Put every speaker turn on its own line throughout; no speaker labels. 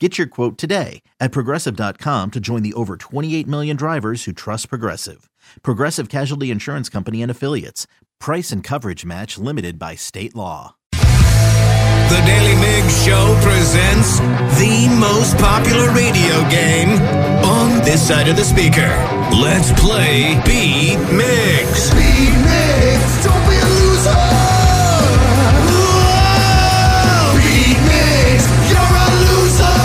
Get your quote today at progressive.com to join the over 28 million drivers who trust Progressive. Progressive Casualty Insurance Company and Affiliates. Price and coverage match limited by state law.
The Daily Mix Show presents the most popular radio game on this side of the speaker. Let's play Beat Mix. Beat Mix, don't be a loser. Beat Mix, you're a loser.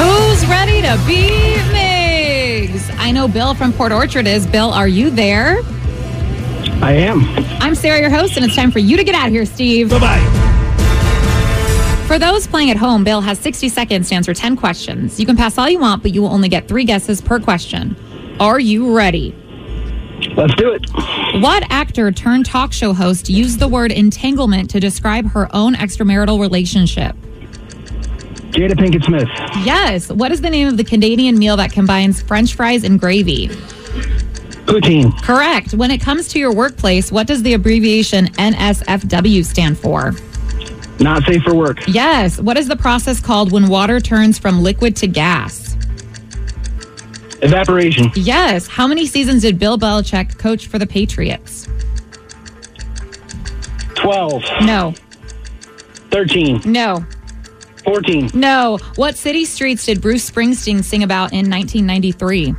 Who's ready to be Migs? I know Bill from Port Orchard is. Bill, are you there?
I am.
I'm Sarah, your host, and it's time for you to get out of here, Steve.
Bye.
For those playing at home, Bill has 60 seconds to answer 10 questions. You can pass all you want, but you will only get three guesses per question. Are you ready?
Let's do it.
What actor turned talk show host used the word entanglement to describe her own extramarital relationship?
Jada Pinkett Smith.
Yes. What is the name of the Canadian meal that combines french fries and gravy?
Poutine.
Correct. When it comes to your workplace, what does the abbreviation NSFW stand for?
Not safe for work.
Yes. What is the process called when water turns from liquid to gas?
Evaporation.
Yes. How many seasons did Bill Belichick coach for the Patriots?
12.
No.
13.
No.
14.
No. What city streets did Bruce Springsteen sing about in 1993?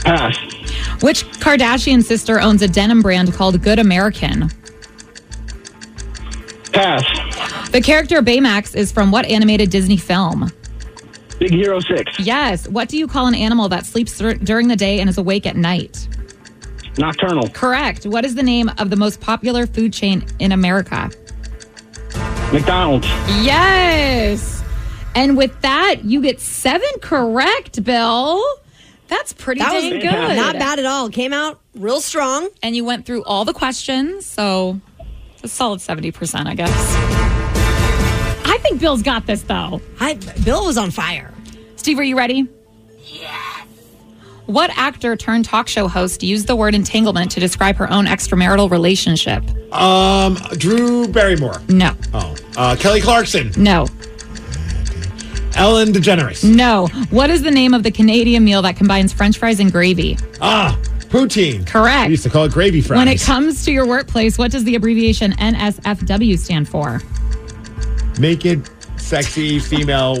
Pass.
Which Kardashian sister owns a denim brand called Good American?
Pass.
The character Baymax is from what animated Disney film?
Big Hero 6.
Yes. What do you call an animal that sleeps dur- during the day and is awake at night?
Nocturnal.
Correct. What is the name of the most popular food chain in America?
McDonald's.
Yes. And with that, you get seven correct, Bill. That's pretty
That was
dang good.
fantastic.
Not bad at all. Came out real strong.
And you went through all the questions, so a solid 70%, I guess. I think Bill's got this, though.
I, Bill was on fire.
Steve, are you ready? Yes. What actor turned talk show host used the word entanglement to describe her own extramarital relationship?
Um, Drew Barrymore.
No.
Oh, uh, Kelly Clarkson.
No.
Ellen DeGeneres.
No. What is the name of the Canadian meal that combines french fries and gravy?
Ah, poutine.
Correct.
We used to call it gravy fries.
When it comes to your workplace, what does the abbreviation NSFW stand for?
naked, sexy female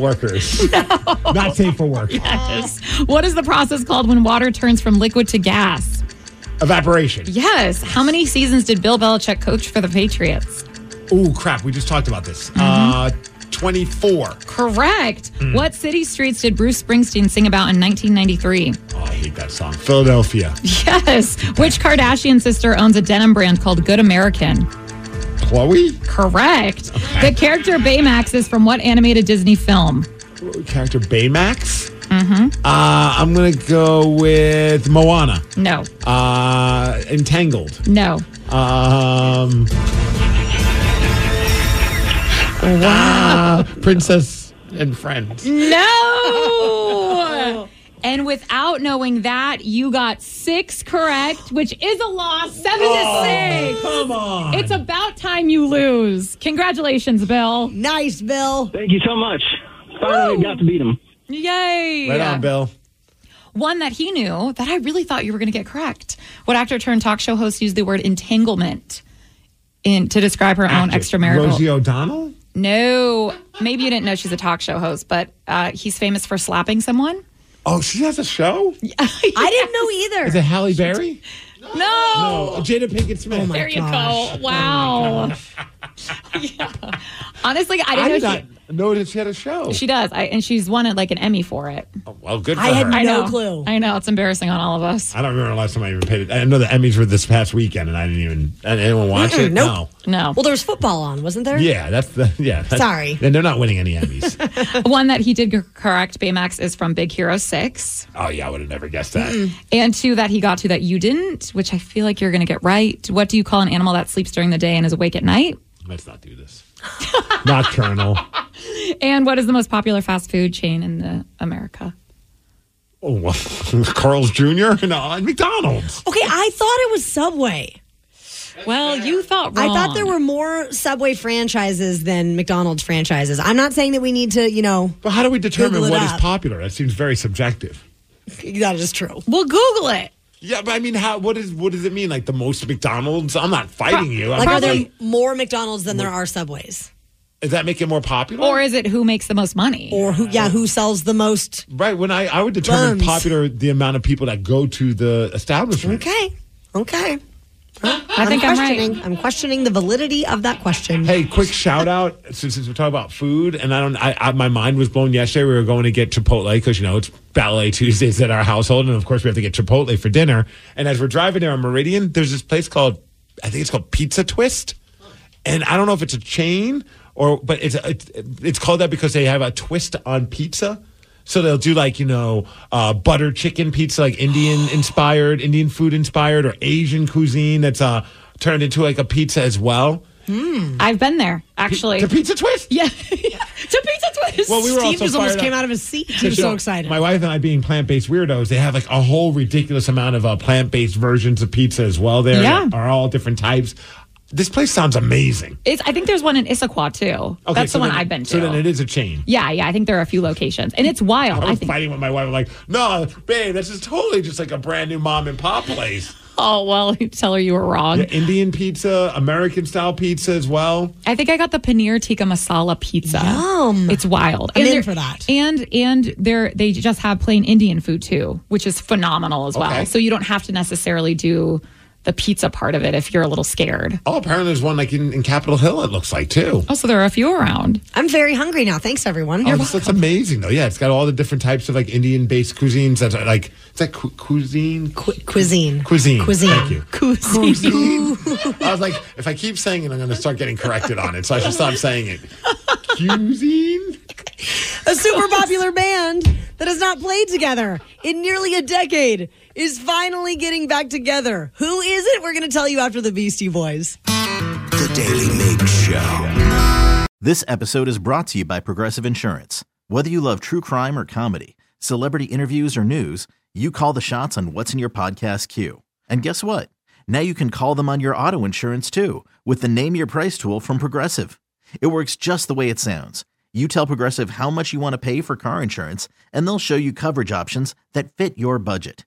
workers. Not safe for work.
What is the process called when water turns from liquid to gas?
Evaporation.
Yes. How many seasons did Bill Belichick coach for the Patriots?
Ooh, crap. We just talked about this.
Mm-hmm.
Uh, twenty-four.
Correct. What city streets did Bruce Springsteen sing about in 1993?
Oh, I hate that song. Philadelphia.
Yes. Which Kardashian sister owns a denim brand called Good American?
Chloe.
Correct. The character Baymax is from what animated Disney film?
Character Baymax. Mm-hmm. Uh, I'm gonna go with Moana.
No.
Uh, Entangled.
No.
Um. Wow. ah, princess and friend.
No. and without knowing that, you got six correct, which is a loss. Seven
Oh.
to six.
Come on.
It's about time you lose. Congratulations, Bill.
Nice, Bill.
Thank you so much. Finally
Woo.
got to beat him.
Yay.
right on, Bill.
One that he knew that I really thought you were going to get correct. What actor turned talk show host used the word entanglement in to describe her own extramarital?
Rosie O'Donnell?
No, maybe you didn't know she's a talk show host, but uh, he's famous for slapping someone.
Oh, she has a show?
I didn't know
Is
either.
it Halle Berry?
No,
Oh, Jada Pinkett Smith. Oh
there you
gosh.
go. Wow. Yeah. Honestly, I didn't
I
know
did
she,
not know that she had a show.
she does, I, and she's won like an Emmy for it.
Oh, well, good for
I had
her.
no
I know.
clue.
I know it's embarrassing on all of us.
I don't remember the last time I even paid it. I know the Emmys were this past weekend, and I didn't even. and Anyone watch it?
nope.
No,
Well, there was football on, wasn't there?
No. Yeah, that's the yeah. that's-
Sorry.
and they're not winning any Emmys.
one that he did g- correct Baymax is from Big Hero Six,
oh yeah, I would have never guessed that.
and two that he got to that you didn't, which I feel like you're going to get right. What do you call an animal that sleeps during the day and is awake at night?
Let's not do this. Nocturnal.
And what is the most popular fast food chain in the America?
Oh, well, Carl's Jr. and uh, McDonald's.
Okay, I thought it was Subway.
Well, you thought wrong.
I thought there were more Subway franchises than McDonald's franchises. I'm not saying that we need to, you know,
But how do we determine
Google it
what is
up.
popular? That seems very subjective.
that is true.
Well, Google it.
Yeah, but I mean, how? What is? What does it mean? Like the most McDonald's? I'm not fighting you. I'm
Like, are
just
there
like,
more McDonald's than there are Subways?
is that making it more popular?
Or is it who makes the most money?
Or who? Yeah, who sells the most?
right when I I would determine
Buns.
popular the amount of people that go to the establishment.
Okay, okay.
I think I'm
questioning.
right.
I'm questioning the validity of that question.
Hey, quick shout out since, since we're talking about food, and I don't, I, I my mind was blown yesterday. We were going to get Chipotle because you know it's Ballet Tuesdays at our household, and of course we have to get Chipotle for dinner. And as we're driving there on Meridian, there's this place called, I think it's called Pizza Twist, and I don't know if it's a chain or, but it's it's, it's called that because they have a twist on pizza. So they'll do like you know uh, butter chicken pizza, like Indian inspired, Indian food inspired, or Asian cuisine that's uh, turned into like a pizza as well.
I've been there, actually.
To Pizza Twist.
yeah. to Pizza Twist.
Well, we were
Steve
also
just almost
fired
came
up.
out of his seat. He was
You know,
so excited.
My wife and I, being plant based weirdos, they have like a whole ridiculous amount of uh, plant based versions of pizza as well. There
Yeah.
are all different types. This place sounds amazing.
It's, I think there's one in Issaquah, too. That's
so
the one
then-
I've been to.
So then it is a chain.
yeah, yeah. I think there are a few locations. And it's wild.
I
I
was
think.
fighting with my wife. I'm like, no, babe, this is totally just like a brand new mom and pop place.
Oh, well, you tell her you were wrong.
Yeah, Indian pizza, American style pizza as well.
I think I got the paneer tikka masala pizza. Yum. It's wild.
I'm in
they're-
for that.
And and they're they just have plain Indian food too, which is phenomenal as
Okay.
well. So you don't have to necessarily do the pizza part of it if you're a little scared.
Oh, apparently there's one like in, in Capitol Hill, it looks like too.
Oh, so there are a few around.
I'm very hungry now. Thanks, everyone.
Oh, this looks amazing though. Yeah, it's got all the different types of like Indian-based cuisines. That's like is that cu- cuisine?
Cu- cuisine.
Cuisine.
Cuisine.
Thank you.
Cuisine.
I was like, if I keep saying it, I'm going to start getting corrected on it. So I should stop saying it. Cuisine.
A super popular band that has not played together in nearly a decade is finally getting back together. Who is it? We're going to tell you after the Beastie Boys.
The Daily Mix Show.
This episode is brought to you by Progressive Insurance. Whether you love true crime or comedy, celebrity interviews or news, you call the shots on what's in your podcast queue. And guess what? Now you can call them on your auto insurance too with the Name Your Price tool from Progressive. It works just the way it sounds. You tell Progressive how much you want to pay for car insurance, and they'll show you coverage options that fit your budget.